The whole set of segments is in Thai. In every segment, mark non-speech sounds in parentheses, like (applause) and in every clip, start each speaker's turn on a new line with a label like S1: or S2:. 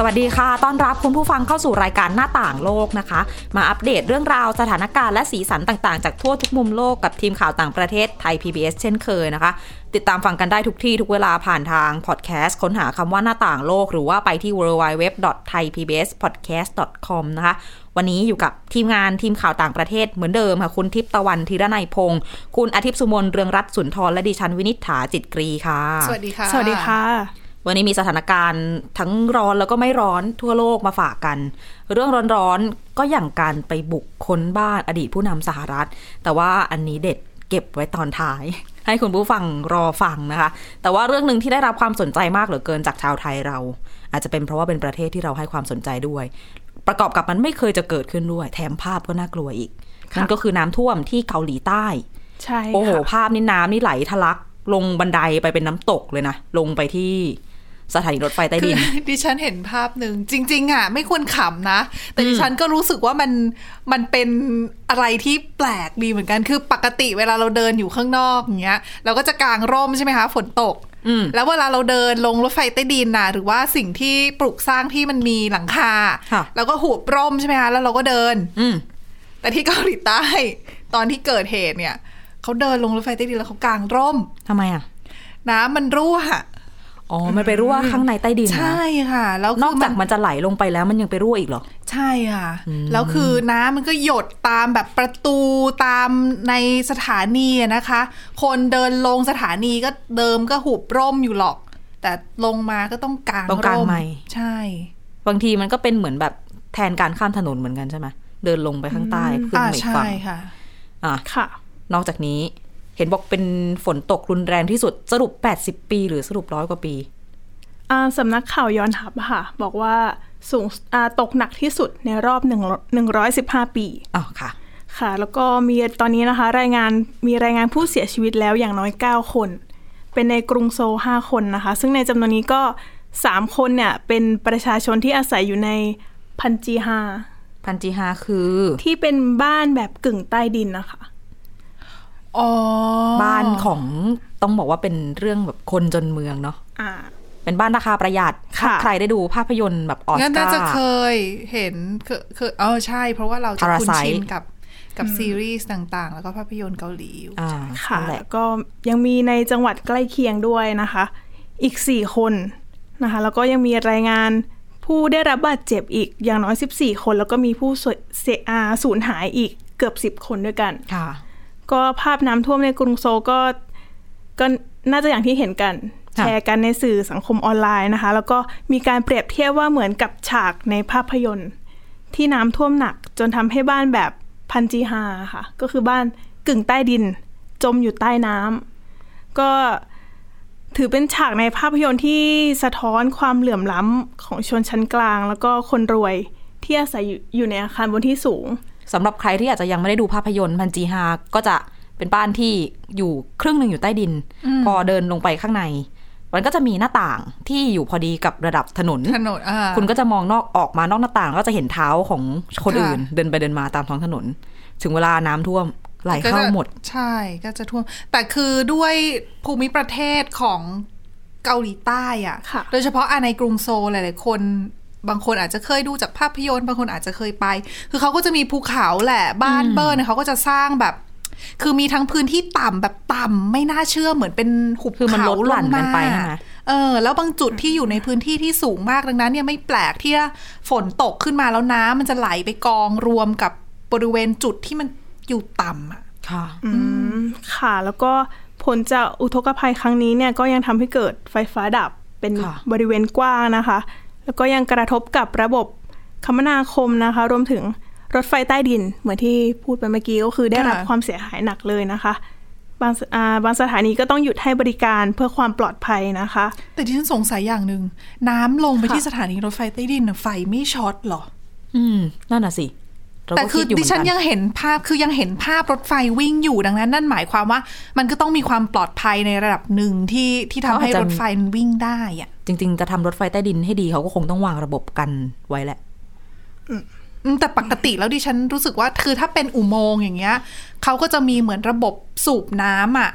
S1: สวัสดีค่ะ ต้อนรับคุณผู้ฟังเข้าสู่รายการหน้าต่างโลกนะคะ มาอัปเดตเรื่องราวสถานการณ์และสีสันต่างๆ จากทั่วทุกมุมโลกกับทีมข่าวต่างประเทศไทย PBS เช่นเคยนะคะ ติดตามฟังกันได้ทุกที่ทุกเวลาผ่านทางพอดแคสต์ค้นหาคำว่าหน้าต่างโลก หรือว่าไปที่ www.thaipbspodcast.com นะคะ วันนี้อยู่กับทีมงานทีมข่าวต่างประเทศเหมือนเดิมค่ะคุณทิพย์ตะวันธีรนัยพงศ์คุณอาทิตย์สุมนเรืองรัตน์สุนทรและดิฉันวินิษฐาจิตกรีค่ะ
S2: สวัสดีค่ะ
S3: สวัสดีค่ะ
S1: วันนี้มีสถานการณ์ทั้งร้อนแล้วก็ไม่ร้อนทั่วโลกมาฝากกัน เรื่องร้อนๆก็อย่างการไปบุกค้นบ้านอดีตผู้นำสหรัฐ แต่ว่าอันนี้เด็ดเก็บไว้ตอนท้าย (laughs) ให้คุณผู้ฟังรอฟังนะคะ แต่ว่าเรื่องหนึ่งที่ได้รับความสนใจมากเหลือเกินจากชาวไทยเรา อาจจะเป็นเพราะว่าเป็นประเทศที่เราให้ความสนใจด้วย ประกอบกับมันไม่เคยจะเกิดขึ้นด้วย แถมภาพก็น่ากลัวอีก
S3: ค่ะ
S1: นั่นก็คือน้ำท่วมที่เกาหลีใต้
S3: ใช่
S1: โอ้โห
S3: ค่ะ
S1: ภาพนี่น้ำนี่ไหลทะลัก ลงบันไดไปเป็นน้ำตกเลยนะ ลงไปที่สถานีรถไฟใต้
S2: คื
S1: ดิ
S2: อน (laughs) ดิฉันเห็นภาพหนึ่งจริง ๆ อ่ะ ไม่ควรขำนะ แต่ดิฉันก็รู้สึกว่ามันมันเป็นอะไรที่แปลกดีเหมือนกันคือปกติเวลาเราเดินอยู่ข้างนอกอย่างเงี้ย เราก็จะกางร่มใช่ไหมคะฝนตก
S1: อืม
S2: แล้วเวลาเราเดินลงรถไฟใต้ดินนะหรือว่าสิ่งที่ปลูกสร้างที่มันมีหลังคา
S1: ค่ะ
S2: แล้วก็หูบร่มใช่ไหมคะแล้วเราก็เดิน
S1: อืม
S2: แต่ที่เกาหลีใต้ ตอนที่เกิดเหตุเนี่ยเขาเดินลงรถไฟใต้ดินแล้วเขากางร่ม
S1: ทำไมอ่ะ
S2: น้ำมันรั่ว
S1: อ๋อ มันไปรั่วข้างในใต้ดินนะ
S2: ใช่ค่ะ แล้วคื
S1: นอก
S2: มั
S1: จากมันจะไหลลงไปแล้วมันยังไปรั่วอีกเหรอ
S2: ใช่ค่ะ แล้วคือน้ำมันก็หยดตามแบบประตูตามในสถานีอะนะคะ คนเดินลงสถานีก็เดิมก็หุบร่มอยู่หรอก แต่ลงมาก็ต้องกาง
S1: ต้องกาง
S2: ร่
S1: ใหม่
S2: ใช่
S1: บางทีมันก็เป็นเหมือนแบบแทนการข้ามถนนเหมือนกันใช่ไหมเดินลงไปข้างใต้ขึ้น
S2: อ่า
S1: ไปอีก
S2: ใช่
S1: ฝั่ง
S2: ค่ะ
S1: อ่ะ
S3: ค่ะ
S1: นอกจากนี้เห็นบอกเป็นฝนตกรุนแรงที่สุดสรุป 80 ปีหรือสรุปร้อยกว่าปี
S3: อ่าสำนักข่าวยอนหับอะค่ะ บอกว่าสูงอ่าตกหนักที่สุดในรอบ1 115 ปี
S1: อ้าวค่ะ
S3: ค่ะ แล้วก็มีตอนนี้นะคะ รายงานมีรายงานผู้เสียชีวิตแล้วอย่างน้อย 9 คน เป็นในกรุงโซล5คนนะคะ ซึ่งในจำนวนนี้ก็ 3 คนเนี่ย เป็นประชาชนที่อาศัยอยู่ในพันจีฮา
S1: พันจีฮาคือ
S3: ที่เป็นบ้านแบบกึ่งใต้ดินนะคะ
S2: อ๋อ
S1: อบ้านของต้องบอกว่าเป็นเรื่องแบบคนจนเมืองเนาะ
S3: อ่า
S1: เป็นบ้านราคาประหยัด
S3: ค่ะ
S1: ถ้าใครได้ดูภาพยนตร์แบบออส
S2: งั้นน่า
S1: การ์
S2: จะเคยเห็นเคยเคยเออใช่ เพราะว่าเราจะคุ้น
S1: Parasite
S2: ชินกับกับซีรีส์ต่างๆ แล้วก็ภาพยนตร์เกาหลีอยู่
S1: อ่า
S3: ค่ะ
S1: นั่นแหละ
S3: แล้วก็ยังมีในจังหวัดใกล้เคียงด้วยนะคะ อีก 4 คนนะคะแล้วก็ยังมีรายงานผู้ได้รับบาดเจ็บอีกอย่างน้อย 14 คน แล้วก็มีผู้สูญเสียอ่าสูญหายอีกเกือบ 10 คนด้วยกัน
S1: ค่ะ
S3: ก็ภาพน้ำท่วมในกรุงโซลก็ก็น่าจะอย่างที่เห็นกัน
S1: ค่ะ
S3: แชร์กันในสื่อสังคมออนไลน์นะคะ แล้วก็มีการเปรียบเทียบว่าเหมือนกับฉากในภาพยนตร์ ที่น้ำท่วมหนักจนทำให้บ้านแบบพันจีฮาค่ะ ก็คือบ้านกึ่งใต้ดิน จมอยู่ใต้น้ำก็ถือเป็นฉากในภาพยนตร์ที่สะท้อนความเหลื่อมล้ำของชนชั้นกลาง แล้วก็คนรวยที่อาศัยอยู่อยู่ในอาคารบนที่สูง
S1: สำหรับใครที่อาจจะยังไม่ได้ดูภาพยนตร์พันจีฮาก็จะเป็นบ้านที่อยู่ครึ่งหนึ่งอยู่ใต้ดิน พอเดินลงไปข้างใน มันก็จะมีหน้าต่างที่อยู่พอดีกับระดับถนน
S2: ถนนอ่า
S1: คุณก็จะมองนอกออกมานอกหน้าต่างก็จะเห็นเท้าของคน
S2: ค่ะ
S1: อื่น เดินไปเดินมาตามท้องถนน ถึงเวลาน้ำท่วมไหลเข้า
S2: ก็จะ
S1: หมด
S2: ใช่ก็จะท่วม แต่คือด้วยภูมิประเทศของเกาหลีใต้อะ
S3: ค่ะ
S2: โดยเฉพาะอ่ะในกรุงโซลหลายๆคน บางคนอาจจะเคยดูจากภาพยนตร์บางคนอาจจะเคยไป คือเขาก็จะมีภูเขาแหละบ้านเบิร์นยเขาก็จะสร้างแบบ คือมีทั้งพื้นที่ต่ำแบบต่ำไม่น่าเชื่อเหมือนเป็นหุบ
S1: คือมัน
S2: เขา
S1: ลดหลั่น
S2: งมา
S1: กันไปใช่ไหม
S2: เออ แล้วบางจุดที่อยู่ในพื้นที่ที่สูงมากดังนั้น เนี่ยไม่แปลกที่ฝนตกขึ้นมาแล้วน้ำมันจะไหลไปกองรวมกับบริเวณจุดที่มันอยู่ต่ำอะ
S1: ค่ะ
S3: อืมค่ะแล้วก็ผลจากอุทกภัยครั้งนี้เนี่ยก็ยังทำให้เกิดไฟฟ้าดับเป็น
S1: ค่ะ
S3: บริเวณกว้างนะคะ แล้วก็ยังกระทบกับระบบคมนาคมนะคะ รวมถึงรถไฟใต้ดิน เหมือนที่พูดไปเมื่อกี้ก็คือได้รับ
S2: ค่ะ
S3: ความเสียหายหนักเลยนะคะ บางสอ่าบางสถานีก็ต้องหยุดให้บริการเพื่อความปลอดภัยนะคะ
S2: แต่ที่ฉันสงสัยอย่างหนึ่งน้ำลงไป
S3: ค่ะ
S2: ที่สถานีรถไฟใต้ดินน่ะไฟไม่ช็อตเหรอ
S1: อืมนั่นน่ะสิ เรา
S2: แต่
S1: ก็
S2: คือ
S1: ดยู่เห
S2: ดิ
S1: มืน
S2: ฉัน
S1: กั
S2: ยังเห็นภาพคือยังเห็นภาพรถไฟวิ่งอยู่ดังนั้น นั่นหมายความว่ามันก็ต้องมีความปลอดภัยในระดับหนึ่งที่ที่ทำให้
S1: เขาอาจจะ
S2: รถไฟมันวิ่งได้อะ
S1: จริง ๆ จะทำรถไฟใต้ดินให้ดีเขาก็คงต้องวางระบบกันไว้แหละ
S2: อืมแต่ปกติแล้วดิฉันรู้สึกว่าคือถ้าเป็นอุโมงค์อย่างเงี้ยเขาก็จะมีเหมือนระบบสูบน้ำอ่ะ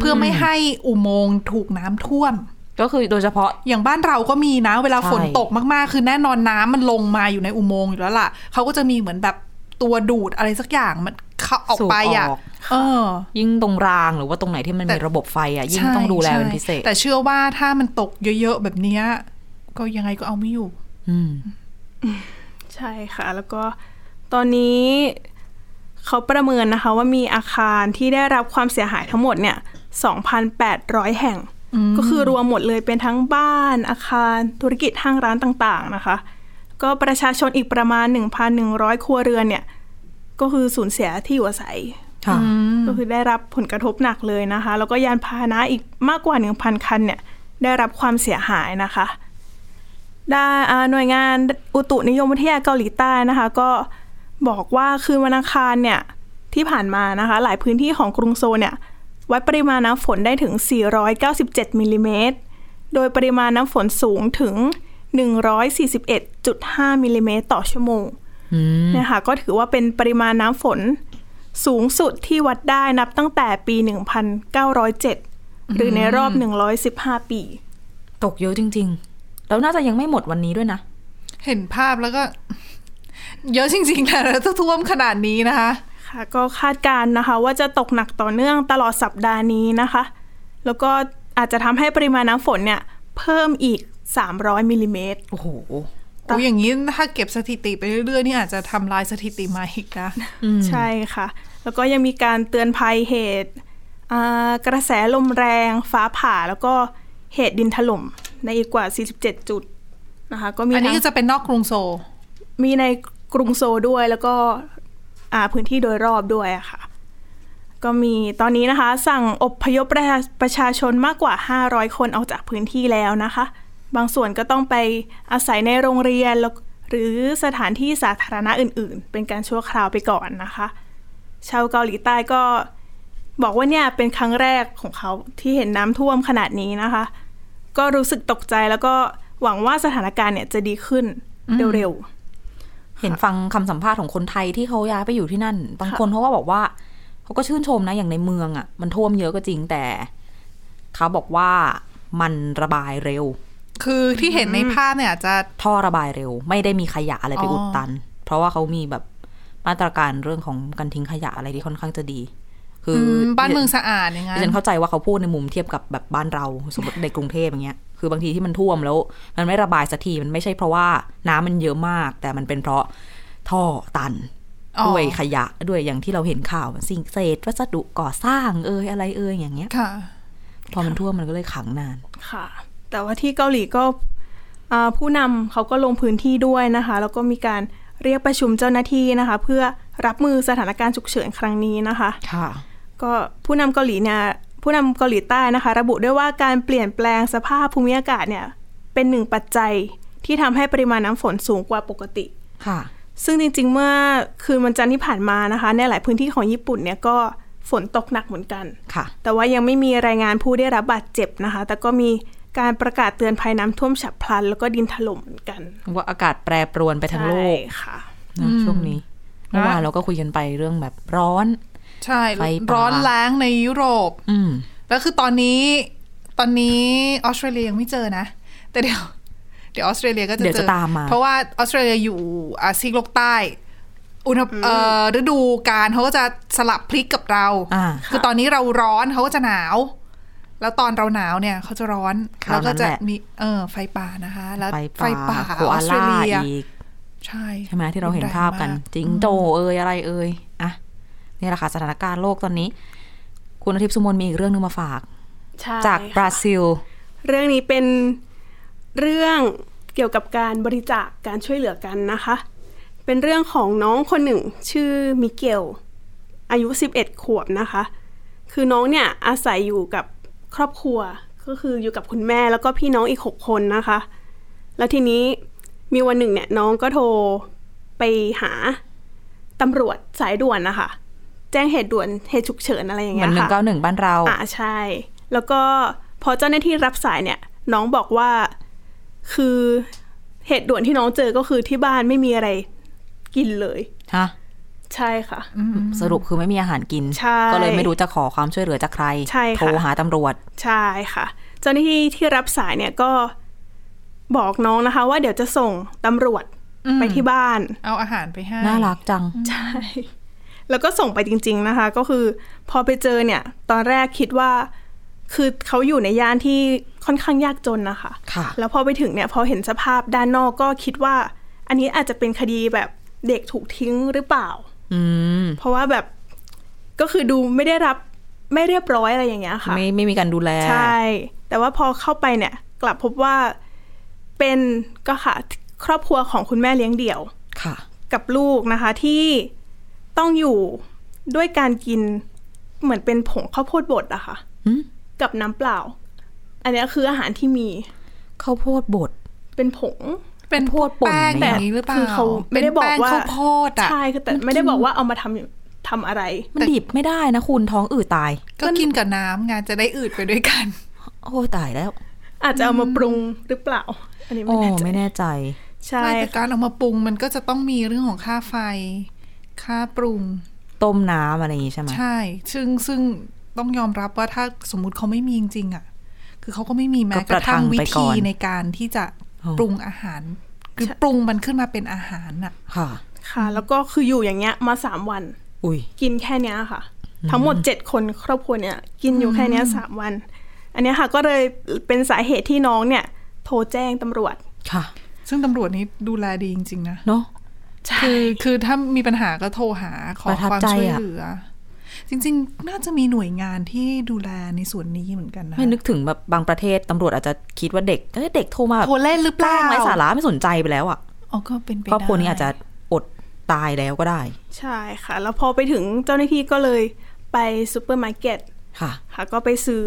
S2: เพื่อไม่ให้อุโมงค์ถูกน้ำท่วม
S1: ก็คือโดยเฉพาะ
S2: อย่างบ้านเราก็มีนะ เวลา
S1: ใช่
S2: ฝนตกมากๆ คือแน่นอนน้ำมันลงมาอยู่ในอุโมงค์อยู่แล้วล่ะเขาก็จะมีเหมือนแบบตัวดูดอะไรสักอย่างมันเข้าออก
S1: สูบ
S2: ไปอ่ะ
S1: ออก
S2: เออ
S1: ยิ่งตรงรางหรือว่าตรงไหนที่มัน
S2: แต่
S1: มีระบบไฟอ่ะยิ่งต้องดูแล
S2: ใช่
S1: เป็นพิเศษ
S2: แต่เชื่อว่าถ้ามันตกเยอะๆ แบบเนี้ยก็ยังไงก็เอาไม่อยู่
S1: อืม
S3: ใช่ค่ะ แล้วก็ตอนนี้เขาประเมินนะคะว่ามีอาคารที่ได้รับความเสียหายทั้งหมดเนี่ย 2,800 แห่ง ก็คือรวมหมดเลยเป็นทั้งบ้านอาคารธุรกิจห้างร้านต่างๆนะคะ ก็ประชาชนอีกประมาณ 1,100 ครัวเรือนเนี่ย ก็คือสูญเสียที่อยู่อาศัย
S1: ค่ะ
S3: ก็คือได้รับผลกระทบหนักเลยนะคะ แล้วก็ยานพาหนะอีกมากกว่า 1,000 คันเนี่ย ได้รับความเสียหายนะคะด้านอ่าหน่วยงานอุตุนิยมวิทยาเกาหลีใต้นะคะ ก็บอกว่าคืนวันอังคารเนี่ยที่ผ่านมานะคะ หลายพื้นที่ของกรุงโซลเนี่ย วัดปริมาณน้ำฝนได้ถึง 497มิลลิเมตร โดยปริมาณน้ำฝนสูงถึง 141.5มิลลิเมตรต่อชั่วโมงเนะคะ ก็ถือว่าเป็นปริมาณน้ำฝน สูงสุดที่วัดได้นับตั้งแต่ปี 1907 หรือในรอบ 115 ปี
S1: ตกเยอะจริง ๆ แล้วน่าจะยังไม่หมดวันนี้ด้วยนะ
S2: เห็นภาพแล้วก็ เยอะจริงๆแต่ถ้าท่วมขนาดนี้นะคะ
S3: ค่ะ ก็คาดการณ์นะคะ ว่าจะตกหนักต่อเนื่องตลอดสัปดาห์นี้นะคะ แล้วก็อาจจะทำให้ปริมาณน้ำฝนเนี่ย เพิ่มอีก 300มิลลิเมตร
S1: โอ้โห
S2: โอ้ยอย่างนี้ถ้าเก็บสถิติไปเรื่อยๆนี่อาจจะทำลายสถิติมาอีกนะ
S3: ใช่ค่ะ แล้วก็ยังมีการเตือนภัยเหตุอ่ากระแสลมแรงฟ้าผ่าแล้วก็เหตุดินถล่มในอีกกว่า 47 จุดนะคะ ก็มี
S2: อันนี้
S3: ทั้ง
S2: ก็จะเป็นนอกกรุงโซล
S3: มีในกรุงโซลด้วยแล้วก็อ่าพื้นที่โดยรอบด้วยอะค่ะ ก็มีตอนนี้นะคะ สั่งอบพยพประชาประชาชนมากกว่า 500 คนออกจากพื้นที่แล้วนะคะ บางส่วนก็ต้องไปอาศัยในโรงเรียนแล้วหรือสถานที่สาธารณะอื่น ๆ เป็นการชั่วคราวไปก่อนนะคะ ชาวเกาหลีใต้ก็บอกว่าเนี่ยเป็นครั้งแรกของเขาที่เห็นน้ำท่วมขนาดนี้นะคะ ก็รู้สึกตกใจแล้วก็หวังว่าสถานการณ์เนี่ยจะดีขึ้นเร็วๆ
S1: เห็นฟังคำสัมภาษณ์ของคนไทยที่เขาย้ายไปอยู่ที่นั่น บางคนเขาก็บอกว่าเขาก็ชื่นชมนะอย่างในเมืองอะ่ะ มันท่วมเยอะก็จริงแต่เขาบอกว่ามันระบายเร็ว
S2: คือที่เห็นในภาพเนี่ยอาจจะ
S1: ท่อระบายเร็ว ไม่ได้มีขยะอะไรไป
S2: อ๋ออุ
S1: อุดตัน เพราะว่าเขามีแบบมาตรการเรื่องของการทิ้งขยะอะไรที่ค่อนข้างจะดี คืออ
S2: มบ้านเมืองสะอาดอย่างนั้น
S1: ดิฉันเข้าใจว่าเขาพูดในมุมเทียบกับแบบบ้านเราสมมติในกรุงเทพอย่างเงี้ยคือบางทีที่มันท่วมแล้ว มันไม่ระบายสักทีมันไม่ใช่เพราะว่าน้ำมันเยอะมาก แต่มันเป็นเพราะท่อตัน
S2: อ๋อ
S1: ด้วยขยะด้วยอย่างที่เราเห็นข่าว สิ่งเศษวัสดุก่อสร้างเอ่ยอะไรเอ่ยอย่างเงี้ย
S2: ค่ะ
S1: พอมันท่วมมันก็เลยขังนาน
S3: ค่ะ แต่ว่าที่เกาหลีก็อ่าผู้นำเขาก็ลงพื้นที่ด้วยนะคะ แล้วก็มีการเรียกประชุมเจ้าหน้าที่นะคะ เพื่อรับมือสถานการณ์ฉุกเฉินครั้งนี้นะคะ
S1: ค่ะ
S3: ก็ผู้นำเกาหลีเนี่ยผู้นำเกาหลีใต้นะคะ ระบุด้วยว่าการเปลี่ยนแปลงสภาพภูมิอากาศเนี่ยเป็นหนึ่งปัจจัยที่ทำให้ปริมาณน้ำฝนสูงกว่าปกติ
S1: ค่ะ
S3: ซึ่งจริงๆ เมื่อคืนวันจันทร์ที่ผ่านมานะคะ ในหลายพื้นที่ของญี่ปุ่นเนี่ยก็ฝนตกหนักเหมือนกัน
S1: ค่ะ
S3: แต่ว่ายังไม่มีรายงานผู้ได้รับบาดเจ็บนะคะ แต่ก็มีการประกาศเตือนภัยน้ำท่วมฉับพลัน แล้วก็ดินถล่มเหมือนกัน
S1: ว่าอากาศแปรปรวนไปทั้งโลก
S3: ใช่ค่ะ
S1: นะช่วงนี้
S2: นะ
S1: เมื่อวานเราก็คุยกันไปเรื่องแบบร้อน
S2: ใช่
S1: ไฟป่า
S2: ร้อนแรงในยุโรป
S1: อืม
S2: แล้วคือตอนนี้ตอนนี้ออสเตรเลียยังไม่เจอนะ แต่เดี๋ยว เดี๋ยวออสเตรเลียก็จะ
S1: เดี๋ย
S2: เจ
S1: ว
S2: อ
S1: จะตามมา
S2: เพราะว่าออสเตรเลียอยู่อาซีกโลกใต้ อุณหเอ่อฤดูการเขาก็จะสลับพลิกกับเรา
S1: อ่า
S2: คือตอนนี้เราร้อนเขาก็จะหนาว แล้วตอนเราหนาวเนี่ยเขาจะร้อน
S1: คราวนั้น
S2: แล้วก็จะ
S1: แหละ
S2: มีเออไฟป่านะคะ แล้ว
S1: ไฟป่าโค
S2: อ
S1: อา
S2: อสเตร
S1: ล่า
S2: เลีย
S1: อีก
S2: ใช่
S1: ใช่ไหมที่เราเห็นภาพกัน
S2: รุแรงม
S1: จริงโจเอ่ยอะไรเอ่ยอ่ะนี่แหละค่ะสถานการณ์โลกตอนนี้ คุณอาทิตย์สุมนมีอีกเรื่องหนึงมาฝาก
S3: ใช่
S1: จากบราซิล
S3: เรื่องนี้เป็นเรื่องเกี่ยวกับการบริจาคการช่วยเหลือกันนะคะ เป็นเรื่องของน้องคนหนึ่ง ชื่อมิเกล อายุ 11 ขวบนะคะ คือน้องเนี่ยอาศัยอยู่กับครอบครัว ก็คืออยู่กับคุณแม่แล้วก็พี่น้องอีก 6 คนนะคะ แล้วทีนี้มีวันหนึ่งเนี่ยน้องก็โทรไปหา ตำรวจสายด่วนนะคะแจ้งเหตุด่วนเหตุฉุกเฉินอะไรอย่าง
S1: เห
S3: เงี้
S1: มือย นหนึ่ง
S3: ค่ะ
S1: เก้าหนึ่งบ้านเรา
S3: อ่าใช่ แล้วก็พอเจ้าหน้าที่รับสายเนี่ย น้องบอกว่าคือเหตุด่วนที่น้องเจอก็คือที่บ้านไม่มีอะไรกินเลย
S1: ฮะ
S3: ใช่ค่ะ
S1: สรุปคือไม่มีอาหารกิน
S3: ใช่
S1: ก็เลยไม่รู้จะขอความช่วยเหลือจากใคร
S3: ใช่ค่ะ
S1: โทรหาตำรวจ
S3: ใช่ค่ะ เจ้าหน้าที่ที่รับสายเนี่ยก็บอกน้องนะคะ ว่าเดี๋ยวจะส่งตำรวจไปที่บ้าน
S2: เอาอาหารไปให้
S1: น่ารักจัง
S3: แล้วก็ส่งไปจริง ๆนะคะ ก็คือพอไปเจอเนี่ย ตอนแรกคิดว่า คือเขาอยู่ในย่านที่ค่อนข้างยากจนนะคะ
S1: ค่ะ
S3: แล้วพอไปถึงเนี่ยพอเห็นสภาพด้านนอกก็คิดว่า อันนี้อาจจะเป็นคดีแบบเด็กถูกทิ้งหรือเปล่า
S1: อืม
S3: เพราะว่าแบบก็คือดูไม่ได้รับไม่เรียบร้อยอะไรอย่างเงี้ยค่ะ
S1: ไม่ไม่มีการดูแล
S3: ใช่ แต่ว่าพอเข้าไปเนี่ย กลับพบว่าเป็นก็ค่ะครอบครัวของคุณแม่เลี้ยงเดี่ยว
S1: ค่ะ
S3: กับลูกนะคะที่ต้องอยู่ด้วยการกินเหมือนเป็นผงข้าวโพดบดอะค่ะ
S1: หืม
S3: กับน้ำเปล่า อันเนี้ยคืออาหารที่มี
S1: ข้าวโพดบด
S3: เป็นผง
S2: เป็น
S1: โพดป่น
S2: แป้ง
S1: เนี่
S2: แบ
S1: ย
S2: บนี้หรือเปล่า
S3: คือเขาไม่ได้บอกว่า
S2: เป็นแป้งข้าวโพดอ่ะ
S3: ใช่คือแต่ไม่ได้บอกว่าเอามาทำทำอะไร
S1: มันดิบไม่ได้นะคุณท้องอืดตาย
S2: ก็กินกับน้ำไงานจะได้อืดไปด้วยกัน
S1: โอ้ยตายแล้ว
S3: อาจจะเอามาปรุงหรือเปล่า อันนี้
S1: โอ้
S3: ไม่แน่ใจ
S1: ไม่แน่ใจ
S3: ใช่
S2: ไม่แต่การเอามาปรุงมันก็จะต้องมีเรื่องของค่าไฟ ค่าปรุง
S1: ต้มน้ำอะไรอย่างงี้ใช่ไหม
S2: ใช่ ซึ่งซึ่งต้องยอมรับว่าถ้าสมมุติเขาไม่มีจริงๆอ่ะ คือเขาก็ไม่มีแม้กระทั่งวิธีในการที่จะปรุงอาหาร คือปรุงมันขึ้นมาเป็นอาหารน่ะ
S1: ค่ะ
S3: ค่ะ แล้วก็คืออยู่อย่างเงี้ยมาสามวัน
S1: อุ้ย
S3: กินแค่เนี้ยค่ะ ทั้งหมดเจ็ดคนครอบครัวเนี่ย กินอยู่แค่เนี้ยสามวัน อันเนี้ยค่ะก็เลยเป็นสาเหตุที่น้องเนี่ย โทรแจ้งตำรวจ
S1: ค่ะ
S2: ซึ่งตำรวจนี้ดูแลดีจริง ๆ นะ
S1: เนาะ
S2: คือคือถ้ามีปัญหาก็โทรหาขอ
S1: ประทับ
S2: ความ
S1: ใจ
S2: ช่วย
S1: อะ
S2: เหลือ จริง ๆ น่าจะมีหน่วยงานที่ดูแลในส่วนนี้เหมือนกันนะ
S1: ไม่นึกถึงแบบบางประเทศตำรวจอาจจะคิดว่าเด็กเอ้ยเด็กโทรมา
S2: โทรเล่นหรือเปล่า
S1: แกงไร้สาระไม่สนใจไปแล้วอ่ะ
S2: อ๋อก็เป็นไปได้
S1: ครอบครัวนี้อาจจะอดตายแล้วก็ได้
S3: ใช่ค่ะ แล้วพอไปถึงเจ้าหน้าที่ก็เลยไปซูเปอร์มาร์เก็ต
S1: ค่ะ
S3: ค่ะก็ไปซื้อ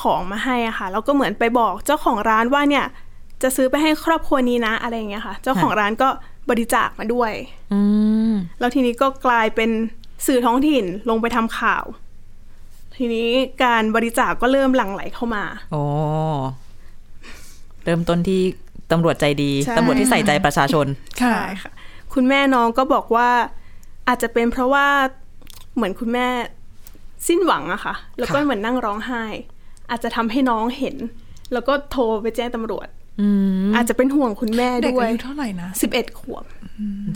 S3: ของมาให้อะค่ะแล้วก็เหมือนไปบอกเจ้าของร้านว่าเนี่ยจะซื้อไปให้ครอบครัวนี้นะอะไรอย่างเงี้ยค่ะ เจ้าของร้านก็บริจาคมาด้วย
S1: อืม
S3: แล้วทีนี้ก็กลายเป็นสื่อท้องถิ่นลงไปทำข่าว ทีนี้การบริจาคก็เริ่มหลั่งไหลเข้ามา
S1: โอ้เริ่มต้นที่ตำรวจใจดี
S3: ใช่
S1: ตำรวจที่ใส่ใจประชาชน
S2: ค่ะ
S3: ค่ะ คุณแม่น้องก็บอกว่าอาจจะเป็นเพราะว่าเหมือนคุณแม่สิ้นหวังอะค่ะ แล้วก็
S1: ค่ะ
S3: เหมือนนั่งร้องไห้ อาจจะทำให้น้องเห็น แล้วก็โทรไปแจ้งตำรวจ
S1: อืม
S3: อาจจะเป็นห่วงคุณแม่
S2: เด็ก
S3: ด้วย
S2: อายุเท่าไหร่นะ
S3: สิบเอ็ดขวบ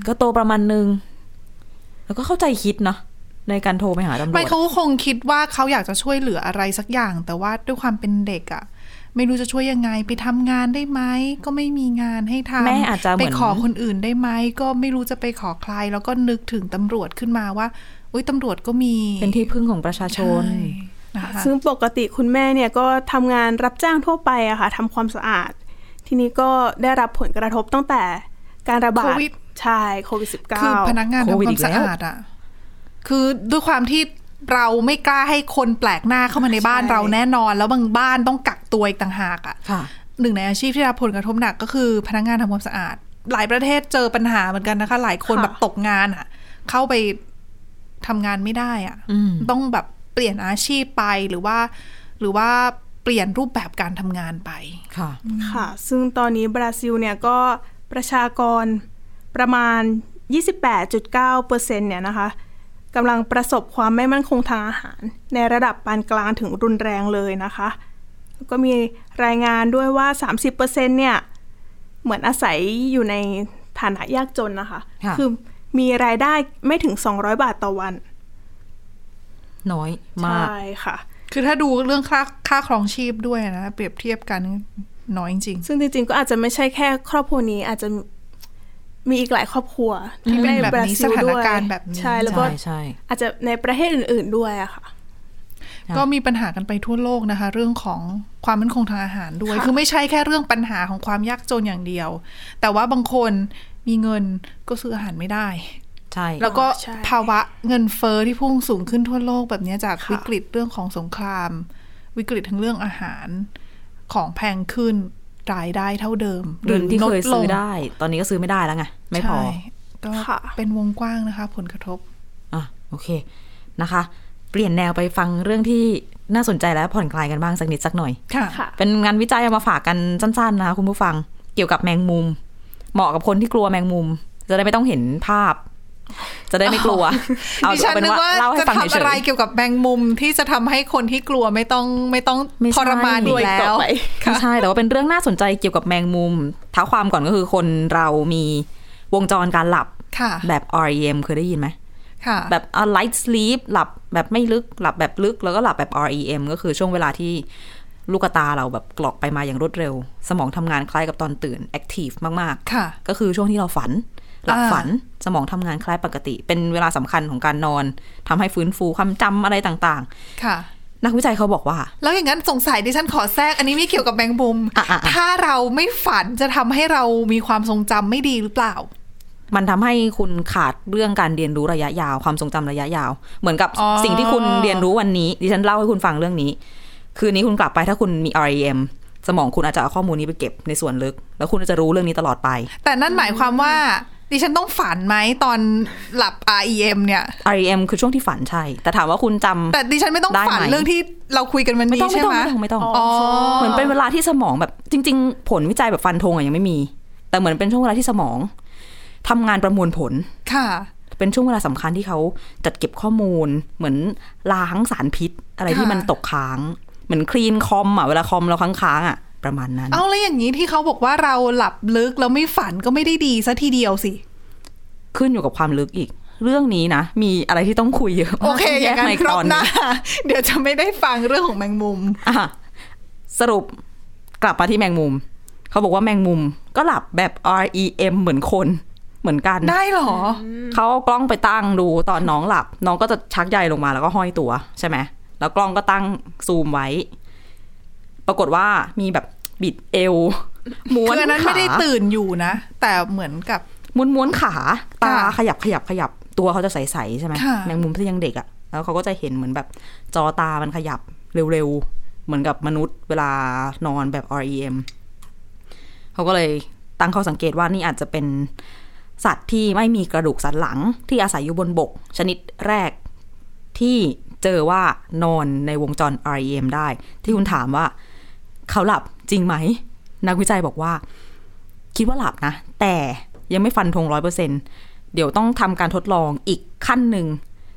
S1: ก็โตประมาณหนึง แล้วก็เข้าใจคิดเนาะในการโทรไปหาตำรวจ
S2: ไม่เขาก็คงคิดว่าเขาอยากจะช่วยเหลืออะไรสักอย่าง แต่ว่าด้วยความเป็นเด็กอะ่ะ ไม่รู้จะช่วยยังไงไปทำงานได้ไหมก็ไม่มีงานให้ทำ
S1: แม่อาจจะเหมือ
S2: ไป
S1: น
S2: ขอคนอื่นได้ไหมก็ไม่รู้จะไปขอใคร แล้วก็นึกถึงตำรวจขึ้นมาว่าอุ้ยตำรวจก็มี
S1: เป็นที่พึ่งของประชาชน
S2: ใช่นะคะ
S3: ซึ่งปกติคุณแม่เนี่ยก็ทำงานรับจ้างทั่วไปอะค่ะทำความสะอาด ทีนี้ก็ได้รับผลกระทบตั้งแต่การระบาดใช่โควิด -19
S2: คือพนักงาน
S1: โควิ
S2: ทำ
S1: ดอีก
S2: ความ
S1: แล้
S2: สะ
S1: ว
S2: อาดอะ่ะคือด้วยความที่เราไม่กล้าให้คนแปลกหน้าเข้ามาในบ้าน
S3: ใช่
S2: เราแน่นอน แล้วบางบ้านต้องกักตัวอีกต่างหากอ่ะ
S1: ค่ะ
S2: หนึ่งในอาชีพที่รับผลกระทบหนักก็คือพนักงานทำความสะอาด หลายประเทศเจอปัญหาเหมือนกันนะคะ หลายคน
S3: ค่ะ
S2: แบบตกงานอ่ะ เข้าไปทำงานไม่ได้อ่ะ
S1: อืม
S2: ต้องแบบเปลี่ยนอาชีพไปหรือว่า หรือว่าเปลี่ยนรูปแบบการทำงานไป
S1: ค่ะ
S3: ค่ะ ซึ่งตอนนี้บราซิลเนี่ยก็ประชากรประมาณ 28.9%เนี่ยนะคะกำลังประสบความไม่มั่นคงทางอาหาร ในระดับปานกลางถึงรุนแรงเลยนะคะ แล้วก็มีรายงานด้วยว่า 30%เนี่ย เหมือนอาศัยอยู่ในฐานะยากจนนะคะ
S1: ค่ะ
S3: อมีรายได้ไม่ถึง 200 บาทต่อวัน
S1: น้อยมาก
S3: ใช่ค่ะ
S2: คือถ้าดูเรื่องค่าค่าครองชีพด้วยนะ เปรียบเทียบกันน้อยจริง
S3: ซึ่งจริงๆ ก็อาจจะไม่ใช่แค่ครอบครัวนี้อาจจะมีอีกหลายครอบครัว
S2: ที่เป็นแบบนี้
S3: ใ
S2: สถานการณ์แบบนี้
S3: ใช่แล้วก็
S1: ใช่ใช่
S3: อาจจะในประเทศอื่นๆด้วยอะค่ะ
S1: ะ
S2: ๆ ก็มีปัญหากันไปทั่วโลกนะคะ เรื่องของความมั่นคงทางอาหารด้วย
S3: ค่ะ
S2: คือไม่ใช่แค่เรื่องปัญหาของความยากจนอย่างเดียว แต่ว่าบางคนมีเงินก็ซื้ออาหารไม่ได้
S1: ใช่
S2: แล้วก็
S3: ใช่
S2: ภาวะเงินเฟอ้อที่พุ่งสูงขึ้นทั่วโลกแบบเนี้ยจาก
S3: ค่ะ
S2: วิกฤตเรื่องของสงคราม วิกฤตทั้งเรื่องอาหารของแพงขึ้นรายได้เท่าเดิม
S1: เงินที่เคยซื้อได้ ตอนนี้ก็ซื้อไม่ได้แล้วไง ไม่พอ
S2: ใช่ ก็
S3: ค่ะ
S2: เป็นวงกว้างนะคะ ผลกระทบ
S1: อ่ะโอเคนะคะ เปลี่ยนแนวไปฟังเรื่องที่น่าสนใจและผ่อนคลายกันบ้างสักนิดสักหน่อย
S2: ค่ะ
S3: ค่ะ
S1: เป็นงานวิจัยเอามาฝากกันสั้นๆนะคะคุณผู้ฟังเกี่ยวกับแมงมุม เหมาะกับคนที่กลัวแมงมุม จะได้ไม่ต้องเห็นภาพ จะได้ไม่ก
S2: (laughs)
S1: ลัวเอา
S2: ดิฉัน
S1: เป็น
S2: นึก
S1: ว่า
S2: ว่า
S1: เล่าให้
S2: จะ
S1: ฟัง
S2: ทำ
S1: เฉ
S2: อะไร
S1: ย
S2: เกี่ยวกับแมงมุมที่จะทำให้คนที่กลัวไม่ต้องไม่ต้อง
S1: ไม่ใช่
S2: ทรมานอีก
S3: กลัวอีก
S2: แล้
S3: ต่
S2: ว
S3: อไป
S1: ไม่ใช่แต่ว่าเป็นเรื่องน่าสนใจเกี่ยวกับแมงมุมเท้าความก่อนก็คือคนเรามีวงจรการหลับ
S2: ค่ะ
S1: แบบ REM เคยได้ยินไหม
S2: ค่ะ
S1: แบบ a light sleep หลับแบบไม่ลึกหลับแบบลึกแล้วก็หลับแบบ REM ก็คือช่วงเวลาที่ลูกตาเราแบบกรอกไปมาอย่างรวดเร็ว สมองทำงานคล้ายกับตอนตื่น active มาก
S2: ค่ะ
S1: ๆ ก็คือช่วงที่เราฝัน หลับ
S2: อ่า
S1: ฝันสมองทำงานคล้ายปกติ เป็นเวลาสำคัญของการนอนทำให้ฟื้นฟูความจำอะไรต่าง
S2: ค่ะ
S1: ๆ นักวิจัยเขาบอกว่า
S2: แล้วอย่างนั้นสงสัยดิฉันขอแทรกอันนี้ไม่เกี่ยวกับแมงมุม
S1: อ่ะอ่ะอ่ะ
S2: ถ้าเราไม่ฝันจะทำให้เรามีความทรงจำไม่ดีหรือเปล่า
S1: มันทำให้คุณขาดเรื่องการเรียนรู้ระยะยาว ความทรงจำระยะยาว เหมือนกับ
S2: อ๋อ
S1: สิ่งที่คุณเรียนรู้วันนี้ ดิฉันเล่าให้คุณฟังเรื่องนี้ คืนนี้คุณกลับไปถ้าคุณมี REM สมองคุณอาจจะเอาข้อมูลนี้ไปเก็บในส่วนลึก แล้วคุณจะรู้เรื่องนี้ตลอดไป
S2: แต่นั่นหมายความว่า ดิฉันต้องฝันไหมตอนหลับ REM เนี่ย
S1: REM คือช่วงที่ฝันใช่ แต่ถามว่าคุณจำ
S2: แต่ดิฉันไม่ต้อง
S1: ได้ไหม
S2: ฝันเรื่องที่เราคุยกันวัน
S1: ไม่
S2: นี้
S1: ต้องไม่
S2: ใช่
S1: ต้อง
S2: ไหม
S1: ไม่ต้องไม่ต้อง
S2: อ๋อ
S1: เหมือนเป็นเวลาที่สมองแบบจริง ๆ ผลวิจัยแบบฟันธงอะยังไม่มี แต่เหมือนเป็นช่วงเวลาที่สมองทำงานประมวลผล
S2: ค่ะ
S1: เป็นช่วงเวลาสำคัญที่เขาจัดเก็บข้อมูล เหมือนล้างสารพิษ อะไรที่
S2: ค่ะ
S1: มันตกค้าง เหมือนคลีนคอมอ่ะเวลาคอมเราค้างๆอ่ะ ประมาณนั้น
S2: เอาแล้วอย่างนี้ที่เขาบอกว่าเราหลับลึกแล้วไม่ฝันก็ไม่ได้ดีซะทีเดียวสิ
S1: ขึ้นอยู่กับความลึกอีก เรื่องนี้นะ มีอะไรที่ (laughs) ต้องคุยเยอะมาก
S2: โอเค
S1: ต้
S2: อย่างนั้น
S1: ใน
S2: ร
S1: ต
S2: อ
S1: อบ น
S2: ห
S1: นี้
S2: น้า (laughs) เดี๋ยวจะไม่ได้ฟังเรื่องของแมงมุ
S1: (laughs)
S2: ม
S1: อ่ะสรุปกลับมาที่แมงมุม เขาบอกว่าแมงมุมก็หลับแบบ REM เหมือนคนเหมือนกัน
S2: ได้เหรอ
S1: เขาเอากล้องไปตั้งดูตอนน้องหลับ น้องก็จะชักใยลงมาแล้วก็ห้อยตัวใช่ไหมแล้วกล้องก็ตั้งซูมไว้ ปรากฏว่ามีแบบบิดเอว (laughs) ม้วน
S2: คืออันนั้น
S1: ขา
S2: ไม่ได้ตื่นอยู่นะ แต่เหมือนกับ
S1: ม้วนม้วนขาตา
S2: ค่ะ
S1: ขยับขยับขยับตัวเขาจะใสๆใช่ไหม
S2: ค่ะ
S1: แมงมุมที่ยังเด็กอะ่ะแล้วเขาก็จะเห็นเหมือนแบบจอตามันขยับเร็วๆ เหมือนกับมนุษย์เวลานอนแบบ REM เขาก็เลยตั้งข้อสังเกตว่านี่อาจจะเป็น สัตว์ที่ไม่มีกระดูกสันหลังที่อาศัยอยู่บนบก ชนิดแรกที่เจอว่านอนในวงจร REM ได้ ที่คุณถามว่า เขาหลับจริงไหม นักวิจัยบอกว่า คิดว่าหลับนะ แต่ยังไม่ฟันธงร้อยเปอร์เซ็นเดี๋ยวต้องทำการทดลองอีกขั้นหนึ่ง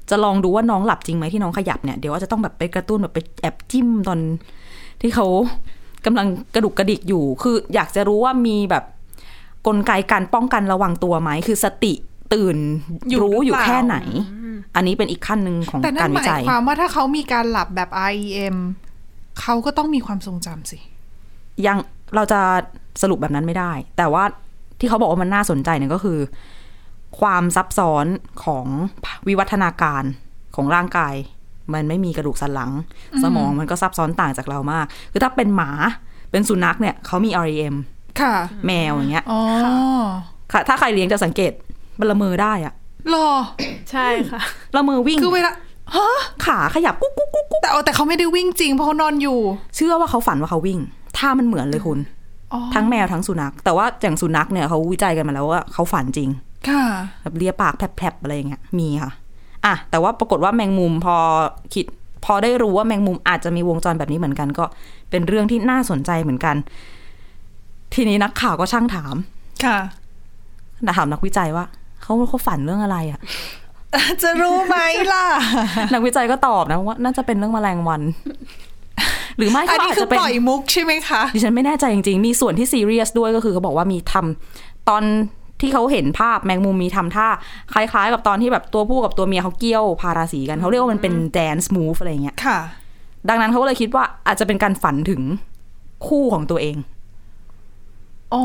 S1: จะลองดูว่าน้องหลับจริงไหมที่น้องขยับเนี่ยเดี๋ยวว่าจะต้องแบบไปกระตุ้นแบบไปแอบจิ้มตอนที่เขากำลังกระดุกกระดิกอยู่ คืออยากจะรู้ว่ามีแบบ กลไกการป้องกันระวังตัวไหม คือสติตื่น
S2: อยู่
S1: รู้
S2: หรืออเปล่า
S1: ยู่แค่ไหน อันนี้เป็นอีกขั้นหนึ่งของ
S2: แต่นั่
S1: กาน ร
S2: ห
S1: วิ
S2: มาย
S1: จัย
S2: ความว่าถ้าเขามีการหลับแบบ REM เขาก็ต้องมีความทรงจำสิ
S1: ยังเราจะสรุปแบบนั้นไม่ได้ แต่ว่าที่เขาบอกว่ามันน่าสนใจเนี่ยก็คือ ความซับซ้อนของวิวัฒนาการของร่างกาย มันไม่มีกระดูกสันหลัง สมองมันก็ซับซ้อนต่างจากเรามาก คือถ้าเป็นหมาเป็นสุนัขเนี่ยเขามี REM
S2: ค่ะ
S1: แมวอย่างเงี้ย
S2: อ๋อ
S1: ค่ะถ้าใครเลี้ยงจะสังเกตมันละเมอได้อะ
S2: หรอ
S3: ใช่ค่ะ
S1: ละเมอวิ่ง
S2: คือเวลาฮะ
S1: ขาขยับกุ๊กกุ๊กกุ๊กกุ๊ก
S2: แต่เอาแต่เขาไม่ได้วิ่งจริงเพราะเขานอนอยู่
S1: เชื่อว่าเขาฝันว่าเขาวิ่งท่ามันเหมือนเลยคุณ
S2: อ๋อ
S1: ทั้งแมวทั้งสุนัข แต่ว่าอย่างสุนัขเนี่ยเขาวิจัยกันมาแล้วว่าเขาฝันจริง
S2: ค่ะ
S1: แบบเลียปากแผลบๆอะไรอย่างเงี้ยมีค่ะ อ่ะ แต่ว่าปรากฏว่าแมงมุมพอคิด พอได้รู้ว่าแมงมุมอาจจะมีวงจรแบบนี้เหมือนกัน ก็เป็นเรื่องที่น่าสนใจเหมือนกัน ทีนี้นักข่าวก็ช่างถาม
S2: ค่ะ
S1: ถามนักวิจัยว่าเขาเขาฝันเรื่องอะไรอะ (laughs)
S2: จะรู้ไหมล่ะ
S1: นักวิจัยก็ตอบนะว่าน่าจะเป็นเรื่องแมลงวัน (laughs) หรือไม่
S2: อัน
S1: ก็
S2: นี้
S1: อาจ
S2: คือ
S1: จะเป็น
S2: ปล่อยมุกใช่ไหมคะ
S1: ดิฉันไม่แน่ใจจริงๆ มีส่วนที่ซีเรียสด้วยก็คือเขาบอกว่ามีทำตอนที่เขาเห็นภาพแมงมุมมีทำท่า คล้ายๆ กับตอนที่แบบตัวผู้กับตัวเมียเขาเกี่ยวพาราสีกันเขาเรียกว่ามันเป็นแดนส์มูฟอะไรเงี้ย
S2: ค่ะ
S1: ดังนั้นเขาก็เลยคิดว่าอาจจะเป็นการฝันถึงคู่ของตัวเอง
S2: อ๋อ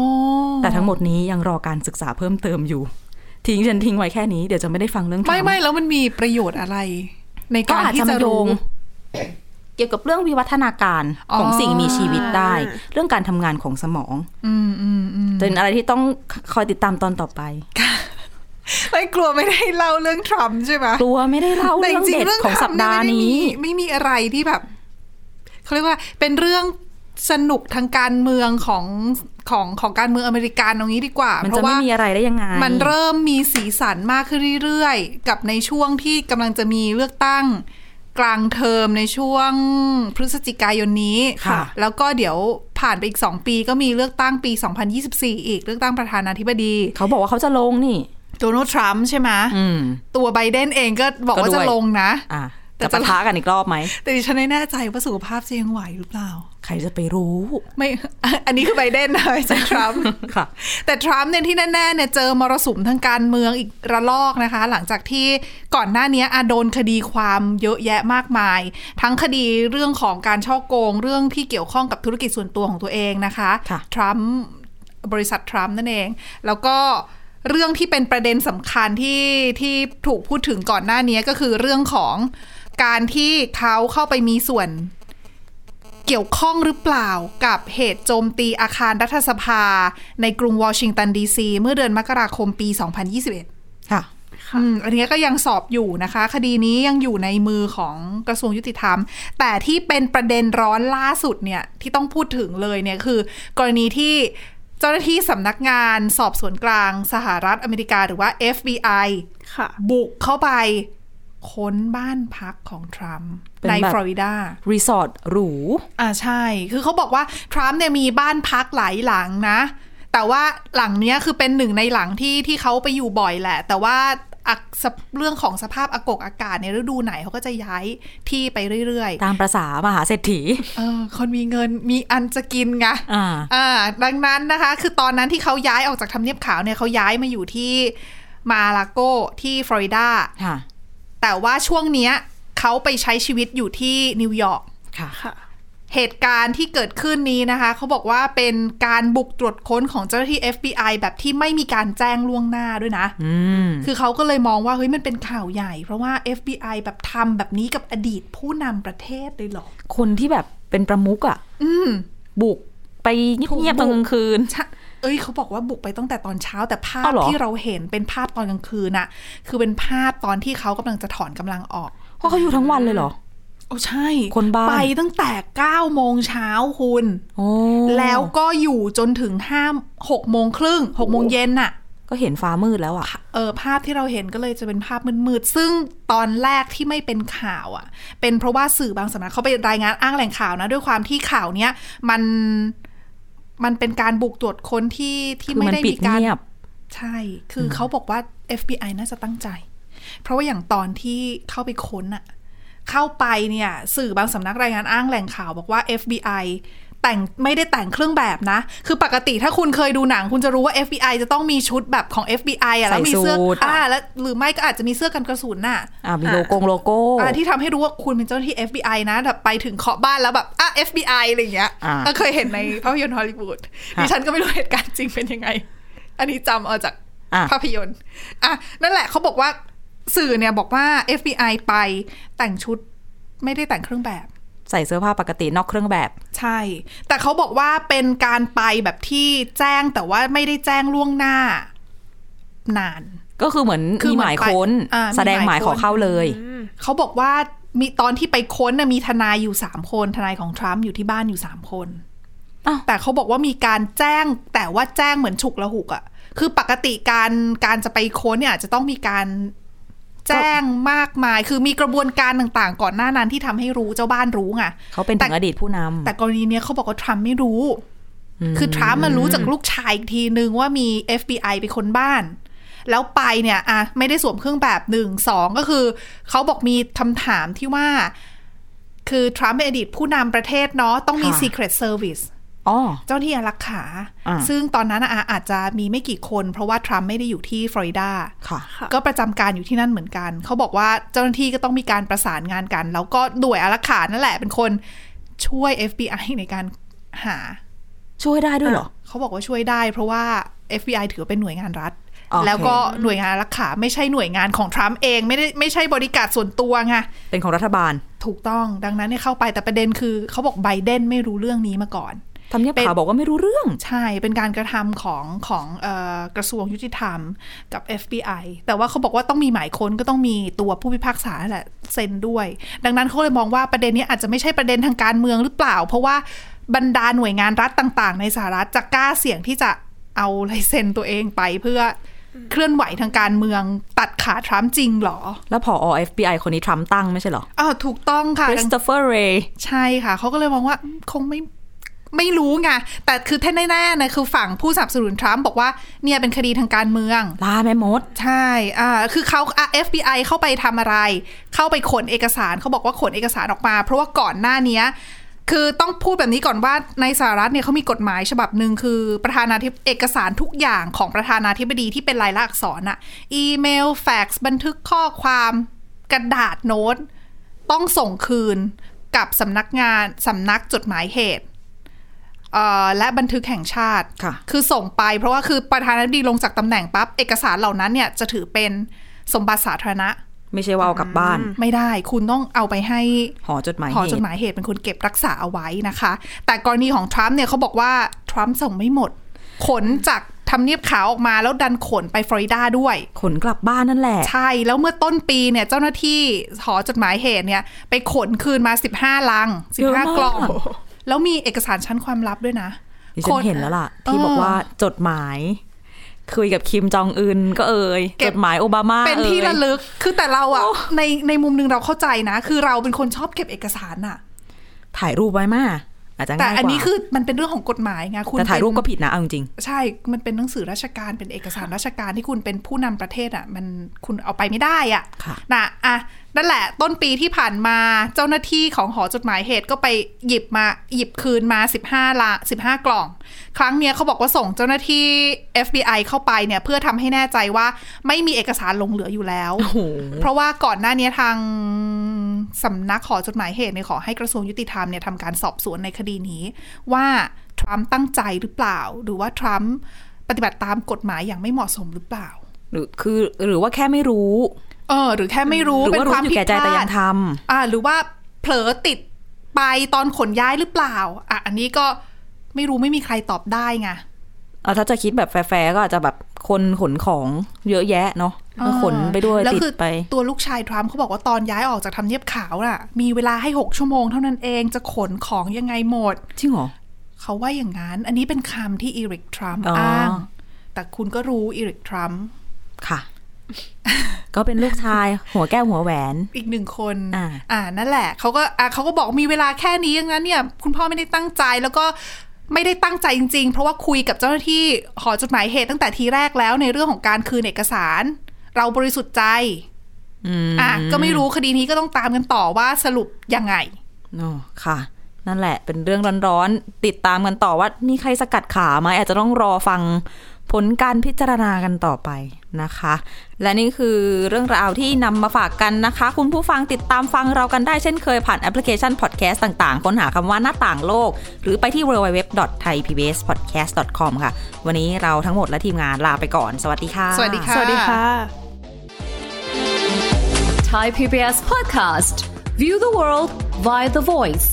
S1: แต่ทั้งหมดนี้ยังรอการศึกษาเพิ่มเติมอยู่ ทิ้งฉันทิ้งไว้แค่นี้เดี๋ยวจะไม่ได้ฟังเรื่อง
S2: ไม่
S1: ถา
S2: ไม่แล้วมันมีประโยชน์อะไร ใน
S1: ก็
S2: การ
S1: อาจ
S2: ที่
S1: จะมา
S2: จะ
S1: โย
S2: รู้
S1: งเกี่ยวกับเรื่องวิวัฒนาการ
S2: อ๋อ
S1: ของสิ่งมีชีวิตได้ เรื่องการทำงานของสมอง
S2: อืมอืมอืม
S1: เป็นอะไรที่ต้องคอยติดตามตอนต่อไป
S2: (laughs) ไม่กลัวไม่ได้เล่าเรื่องทรัมป์ใช่ไหม
S1: กลัวไม่ได้เล่า
S2: แต่
S1: เรื่อง
S2: จริ
S1: เด็ด
S2: ๆ
S1: ของ
S2: ทำ
S1: สัปดาห์
S2: เยไม่
S1: นี้
S2: ได้มีไม่มีอะไรที่แบบเขาเรียกว่าเป็นเรื่อง สนุกทางการเมืองของของของการเมืองอเมริกันตรงนี้ดีกว่า
S1: มัน
S2: เพ
S1: จะ
S2: ราะ
S1: ไม่
S2: ว่า
S1: มีอะไรได้ยังไง
S2: มันเริ่มมีสีสันมากขึ้นเรื่อยๆ กับในช่วงที่กำลังจะมีเลือกตั้งกลางเทอมในช่วงพฤศจิกายนนี้
S1: ค่ะ
S2: แล้วก็เดี๋ยวผ่านไปอีก 2 ปีก็มีเลือกตั้งปี 2024 อีกเลือกตั้งประธานาธิบดี
S1: เขาบอกว่าเขาจะลงนี่
S2: โดนัลด์ทรัมป์ใช่ไหม
S1: อืม
S2: ตัวไบเดนเองก็บอกว่า
S1: ก็ด้
S2: จะ
S1: วย
S2: ลงนะ
S1: อ่ะ
S2: แต่
S1: จะ
S2: จะ
S1: ปะทะกันอีกรอบไหม
S2: แต่ดิฉันไม่แน่ใจว่าสุขภาพจะยังไหวหรือเปล่า
S1: ใครจะไปรู้
S2: ไม่ (laughs) อันนี้คือไบเดนนะไม่ใช่ทรัมป์
S1: ค่ะ
S2: แต่ทรัมป์เนี่ยที่แน่ๆเนี่ยเจอมรสุมทางการเมืองอีกระลอกนะคะ หลังจากที่ก่อนหน้าเนี้ยอาโดนคดีความเยอะแยะมากมาย ทั้งคดีเรื่องของการช่อโกง เรื่องที่เกี่ยวข้องกับธุรกิจส่วนตัวของตัวเองนะคะ
S1: ค่ะ
S2: ทรัมป์บริษัททรัมป์นั่นเอง แล้วก็เรื่องที่เป็นประเด็นสำคัญที่ที่ถูกพูดถึงก่อนหน้าเนี้ยก็คือเรื่องของการที่เขาเข้าไปมีส่วน เกี่ยวข้องหรือเปล่ากับเหตุโจมตีอาคารรัฐสภา ในกรุงวอชิงตันดีซีเมื่อเดือนมกราคมปี 2021
S1: ค่ะ
S2: อืมอันเนี้ยก็ยังสอบอยู่นะคะ คดีนี้ยังอยู่ในมือของกระทรวงยุติธรรม แต่ที่เป็นประเด็นร้อนล่าสุดเนี่ยที่ต้องพูดถึงเลยเนี่ยคือกรณีที่เจ้าหน้าที่สำนักงานสอบสวนกลางสหรัฐอเมริกาหรือว่า FBI
S3: ค่ะ
S2: บุกเข้าไปค้นบ้านพักของทรัมป์
S1: เป็น
S2: ใน
S1: แบบ
S2: ฟลอริดา
S1: รีสอร์ทหรู
S2: อ่าใช่ คือเขาบอกว่า ทรัมป์เนี่ยมีบ้านพักหลายหลังนะ แต่ว่าหลังเนี้ยคือเป็นหนึ่งในหลังที่ที่เขาไปอยู่บ่อยแหละ แต่ว่าอักษะเรื่องของสภาพอากาศอากาศในฤดูไหนเขาก็จะย้ายที่ไปเรื่อย
S1: ตามประษามหาเศรษฐี
S2: ๆ เออ คนมีเงินมีอันจะกินไง
S1: อ่า
S2: อ่าดังนั้นนะคะ คือตอนนั้นที่เขาย้ายออกจากทำเนียบขาวเนี่ยเขาย้ายมาอยู่ที่มาลาโกที่ฟลอริดา
S1: ค่ะ
S2: แต่ว่าช่วงเนี้ยเขาไปใช้ชีวิตอยู่ที่นิวยอร์ก
S1: ค่ะ
S3: ค่ะ
S2: เหตุการณ์ที่เกิดขึ้นนี้นะคะ เขาบอกว่าเป็นการบุกตรวจค้นของเจ้าหน้าที่ FBI แบบที่ไม่มีการแจ้งล่วงหน้าด้วยนะ
S1: อืม
S2: คือเขาก็เลยมองว่าเฮ้ยมันเป็นข่าวใหญ่ เพราะว่า FBI แบบทำแบบนี้กับอดีตผู้นำประเทศเลยเหรอ
S1: คนที่แบบเป็นประมุกอะ
S2: อืม
S1: บุกไปเงียบๆ
S2: ถู
S1: ต
S2: ก
S1: อนก
S2: บุก
S1: ลางคืน
S2: ใช่เอ้ยเขาบอกว่าบุกไปตั้งแต่ตอนเช้าแต่ภาพ
S1: อ้าวเหรอ
S2: ที่เราเห็นเป็นภาพตอนกลางคืนน่ะ คือเป็นภาพตอนที่เขากำลังจะถอนกำลังออก
S1: เพราะเขาอยู่ทั้งวันเลยเหรอ
S2: โอ้ใช่
S1: คนบ้า
S2: ไปตั้งแต่9โมงเช้าคุณ
S1: โอ้
S2: แล้วก็อยู่จนถึงห้าหกโมงครึ่งหกโมงเย็นน่ะ
S1: ก็เห็นฟ้ามืดแล้วอะ
S2: เออภาพที่เราเห็นก็เลยจะเป็นภาพมืดๆซึ่งตอนแรกที่ไม่เป็นข่าวอะ่ะ เป็นเพราะว่าสื่อบางสำนักเขาไปรายงานอ้างแหล่งข่าวนะ ด้วยความที่ข่าวเนี้ยมันมันเป็นการบุกตรวจค้นที่ที่
S1: คือ
S2: ไม่
S1: มัน
S2: ได้
S1: ปิด
S2: มีการ
S1: เงียบ
S2: ใช่ คืออเขาบอกว่า FBI น่าจะตั้งใจ เพราะว่าอย่างตอนที่เข้าไปค้นอะเข้าไปเนี่ยสื่อบางสำนักรายงานอ้างแหล่งข่าวบอกว่า FBI แต่งไม่ได้แต่งเครื่องแบบนะ คือปกติถ้าคุณเคยดูหนัง คุณจะรู้ว่า FBI จะต้องมีชุดแบบของ FBI อะแล้วมีเสื้อ
S1: ใส่สูท
S2: อ่าแล้วหรือไม่ก็อาจจะมีเสื้อกันกระสุนน่ะ
S1: อ่ะมีโลโก้โลโก้
S2: อ่าที่ทำให้รู้ว่าคุณเป็นเจ้าหน้าที่ FBI นะแบบไปถึงเคาะบ้านแล้วแบบอ่ะ FBI อะไรอย่างเงี้ย
S1: อ่า
S2: ก็เคยเห็นในภาพยนตร์ฮอลลีวูด
S1: ฮะ
S2: ดิฉันก็ไม่รู้เหตุการณ์จริงเป็นยังไง อันนี้จำเอาจาก
S1: อ่ะ
S2: ภาพยนตร์ อ่ะ นั่นแหละเขาบอกว่าสื่อเนี่ยบอกว่า FBI ไปแต่งชุดไม่ได้แต่งเครื่องแบบ
S1: ใส่เสื้อผ้าปกตินอกเครื่องแบบ
S2: ใช่ แต่เขาบอกว่าเป็นการไปแบบที่แจ้งแต่ว่าไม่ได้แจ้งล่วงหน้า นาน
S1: ก็คือเหมือน
S2: คือ
S1: มี
S2: เหมื
S1: ห
S2: อน
S1: มายค้น
S2: ไปอ่ะมี
S1: แสดงหมาม
S2: หาย ย
S1: ขอ
S2: ค้น
S1: เข้าเลย
S2: เขาบอกว่ามีตอนที่ไปค้นนะมีทนายอยู่สามคน ทนายของทรัมป์อยู่ที่บ้านอยู่สามคน
S1: อ้าว
S2: แต่เขาบอกว่ามีการแจ้งแต่ว่าแจ้งเหมือนฉุกละหุกอะคือปกติการการจะไปค้นเนี่ยอาจจะต้องมีการแจ้งมากมาย คือมีกระบวนการต่างๆ ก่อนหน้านั้นที่ทำให้รู้เจ้าบ้านรู้ไง
S1: เขาเป็นถึง
S2: แต่
S1: อดีตผู้นำ
S2: แต่กรณีเนี้ยเขาบอกว่าทรัมป์ไม่รู้ คือทรัมป์มันรู้จากลูกชายอีกทีนึงว่ามี FBI ไปค้นบ้าน แล้วไปเนี่ยอะไม่ได้สวมเครื่องแบบหนึ่งสองก็คือ เขาบอกมีคำถามที่ว่า คือทรัมป์เป็นอดีตผู้นำประเทศเนาะต้องมี
S1: ค่ะ
S2: Secret Service
S1: อ๋อ
S2: เจ้าหน้าที่อารักขา
S1: อ่า
S2: ซึ่งตอนนั้นอะอาจจะมีไม่กี่คน เพราะว่าทรัมป์ไม่ได้อยู่ที่ฟลอริดา
S1: ค่ะ
S3: ค่ะ
S2: ก็ประจำการอยู่ที่นั่นเหมือนกัน เขาบอกว่าเจ้าหน้าที่ก็ต้องมีการประสานงานกัน แล้วก็ด่วยอารักขานั่นแหละเป็นคนช่วย FBI ในการหา
S1: ช่วยได้ด้วยเหรอ
S2: เขาบอกว่าช่วยได้ เพราะว่า FBI ถือว่าเป็นหน่วยงานรัฐ
S1: โอเค
S2: แล้วก็หน่วยงานอารักขาไม่ใช่หน่วยงานของทรัมป์เองไม่ได้ไม่ใช่บริการส่วนตัวไง
S1: เป็นของรัฐบาล
S2: ถูกต้องดังนั้นเนี่ยเข้าไปแต่ประเด็นคือเขาบอกไบเดนไม่รู้เรื่องนี้มาก่อน
S1: ทำเนียบ
S2: เป็น
S1: ขาวบอกว่าไม่รู้เรื่อง
S2: ใช่เป็นการกระทำของของเออกระทรวงยุติธรรมกับ FBI แต่ว่าเขาบอกว่าต้องมีหมายค้นก็ต้องมีตัวผู้พิพากษานั่นแหละเซ็นด้วย ดังนั้นเขาเลยมองว่าประเด็นนี้อาจจะไม่ใช่ประเด็นทางการเมืองหรือเปล่า เพราะว่า บรรดาหน่วยงานรัฐต่าง ๆ ในสหรัฐจะกล้าเสี่ยงที่จะเอาลายเซ็นตัวเองไปเพื่อเคลื่อนไหวทางการเมืองตัดขาทรัมป์จริงเหรอ
S1: แล้วผอ FBI คนนี้ทรัมป์ตั้งไม่ใช่เหรอ
S2: อ้าวถูกต้องค่ะ
S1: คริ
S2: ดั
S1: ส
S2: ง
S1: โตเฟอร์เรย์
S2: ใช่ค่ะ เขาก็เลยมองว่าอืมคงไม่ไม่รู้ไงแต่คือท่านแน่ๆนะคือฝั่งผู้สนับสนุนทรัมป์บอกว่าเนี่ยเป็นคดีทางการเมือง
S1: ลาแม่มด
S2: ใช่อ่าคือเขาอ่ะ FBI เข้าไปทำอะไร เข้าไปขนเอกสารเขาบอกว่าขนเอกสารออกมา เพราะว่าก่อนหน้าเนี้ย คือต้องพูดแบบนี้ก่อนว่าในสหรัฐเนี่ยเขามีกฎหมายฉบับหนึ่งคือประธานาธิบเอกสารทุกอย่างของประธานาธิบดีที่เป็นลายลักษณ์อักษรอะอีเมล แฟกซ์ บันทึกข้อความกระดาษโน้ต ต้องส่งคืนกับสำนักงานสำนักจดหมายเหตุเอ่อและบันทึกแห่งชาติ
S1: ค่ะ
S2: คือส่งไปเพราะว่าคือประธานาธิบดีลงจากตำแหน่งปั๊บ เอกสารเหล่านั้นเนี่ยจะถือเป็นสมบัติสาธารณะ
S1: ไม่ใช่ว่าเอากลับบ้าน
S2: ไม่ได้คุณต้องเอาไปให้
S1: หอจดหมาย
S2: หอ
S1: เห
S2: จด
S1: ตุ
S2: หมายเหตุเป็นคนเก็บรักษาเอาไว้นะคะ แต่กรณีของทรัมป์เนี่ยเขาบอกว่า ทรัมป์ส่งไม่หมด ขนจากทำเนียบขาวออกมาแล้วดันขนไปฟลอริดาด้วย
S1: ขนกลับบ้านนั่นแหละ
S2: ใช่ แล้วเมื่อต้นปีเนี่ยเจ้าหน้าที่หอจดหมายเหตุเนี่ย ไปขนคืนมา 15 ลัง
S1: เยอะมาก
S2: 15 ก
S1: (laughs)
S2: ล่อง แล้วมีเอกสารชั้นความลับด้วยนะ
S1: ดิฉันเห็นแล้วล่ะ ที่บอกว่าจดหมาย คุยกับคิมจองอึนก็เอ่ย
S2: เก็
S1: จ
S2: บ
S1: ดหมายโอบามา
S2: เป็นที่
S1: เอ่ย
S2: ระลึก คือแต่เราอะ
S1: โอ้
S2: ในในมุมหนึงเราเข้าใจนะ คือเราเป็นคนชอบเก็บเอกสารอะ
S1: ถ่ายรูปไว้มาอาจจะ
S2: แต่
S1: ง่ายกว่า
S2: อันนี้คือมันเป็นเรื่องของกฎหมายไงคุณ
S1: แต่ถ่ายรูป
S2: เป็น
S1: ก็ผิดนะเอาจริง
S2: ใช่ มันเป็นหนังสือราชการ เป็นเอกสารราชการที่คุณเป็นผู้นำประเทศอ่ะ มันคุณเอาไปไม่ได้อ่ะ
S1: ค่ะ
S2: นะอ่ะ นั่นแหละ ต้นปีที่ผ่านมาเจ้าหน้าที่ของหอจดหมายเหตุก็ไปหยิบมา หยิบคืนมา 15 ละ 15 กล่อง ครั้งเนี้ยเขาบอกว่าส่งเจ้าหน้าที่ FBI เข้าไปเนี่ย เพื่อทำให้แน่ใจว่าไม่มีเอกสารหลงเหลืออยู่แล้ว เพราะว่าก่อนหน้านี้ทางสำนักขอจดหมายเหตุเนี่ยขอให้กระทรวงยุติธรรมเนี่ยทำการสอบสวนในคดีนี้ ว่าทรัมป์ตั้งใจหรือเปล่า หรือว่าทรัมป์ปฏิบัติตามกฎหมายอย่างไม่เหมาะสมหรือเปล่า
S1: ๆ หรือคือหรือว่าแค่ไม่รู้
S2: เออ หรือแค่ไม่รู้
S1: หรือ
S2: เป็น
S1: ว่ารู้
S2: ความ
S1: อยู่
S2: ผิด
S1: แก่ใจ
S2: พ
S1: แต่ยั
S2: ลาด
S1: งท
S2: อ่า หรือว่าเผลอติดไปตอนขนย้ายหรือเปล่า อ่ะอันนี้ก็ไม่รู้ไม่มีใครตอบได้ไง
S1: ำเอาถ้าจะคิดแบบแฟร์ๆก็อาจจะแบบคนขนของเยอะแยะเนาะก็ขนไปด้วย
S2: แล้ว
S1: ติด
S2: คือ
S1: ไป
S2: ตัวลูกชายทรัมป์เขาบอกว่าตอนย้ายออกจากทำเนียบขาวน่ะ มีเวลาให้ 6 ชั่วโมงเท่านั้นเองจะขนของยังไงหมด
S1: จริงเหรอ
S2: เขาว่าอย่างนั้น อันนี้เป็นคำที่อีริกทรัมป์
S1: อ๋ออ้
S2: อ้าง แต่คุณก็รู้อีริกทรัมป์ (laughs)
S1: ค่ะ ก็เป็นลูกชายหัวแก้วหัวแหวน
S2: อีกหนึ่งคน
S1: อ่า
S2: อ่า นั่นแหละ เขาก็อ่าเขาก็บอกมีเวลาแค่นี้อย่างนั้นเนี่ย คุณพ่อไม่ได้ตั้งใจแล้วก็ไม่ได้ตั้งใจจริง ๆ เพราะว่าคุยกับเจ้าหน้าที่หอจดหมายเหตุตั้งแต่ทีแรกแล้วในเรื่องของการคืนเอกสาร เราบริสุทธิ์ใจ
S1: อืม
S2: อ่ะก็ไม่รู้คดีนี้ก็ต้องตามกันต่อว่าสรุปยังไง
S1: อ๋อค่ะ นั่นแหละเป็นเรื่องร้อนๆ ติดตามกันต่อว่ามีใครสกัดขาไหมอาจจะต้องรอฟังผลการพิจารณากันต่อไปนะคะ และนี่คือเรื่องราวที่นำมาฝากกันนะคะ คุณผู้ฟังติดตามฟังเรากันได้เช่นเคยผ่านแอปพลิเคชันพอดแคสต์ต่างๆ ค้นหาคำว่าหน้าต่างโลก หรือไปที่ www.thaipbspodcast.com ค่ะ วันนี้เราทั้งหมดและทีมงานลาไปก่อน สวัสดีค่ะ
S2: สวัสดีค่ะ
S3: สวัสดีค่ะ
S4: Thai PBS podcast. View the world via the voice.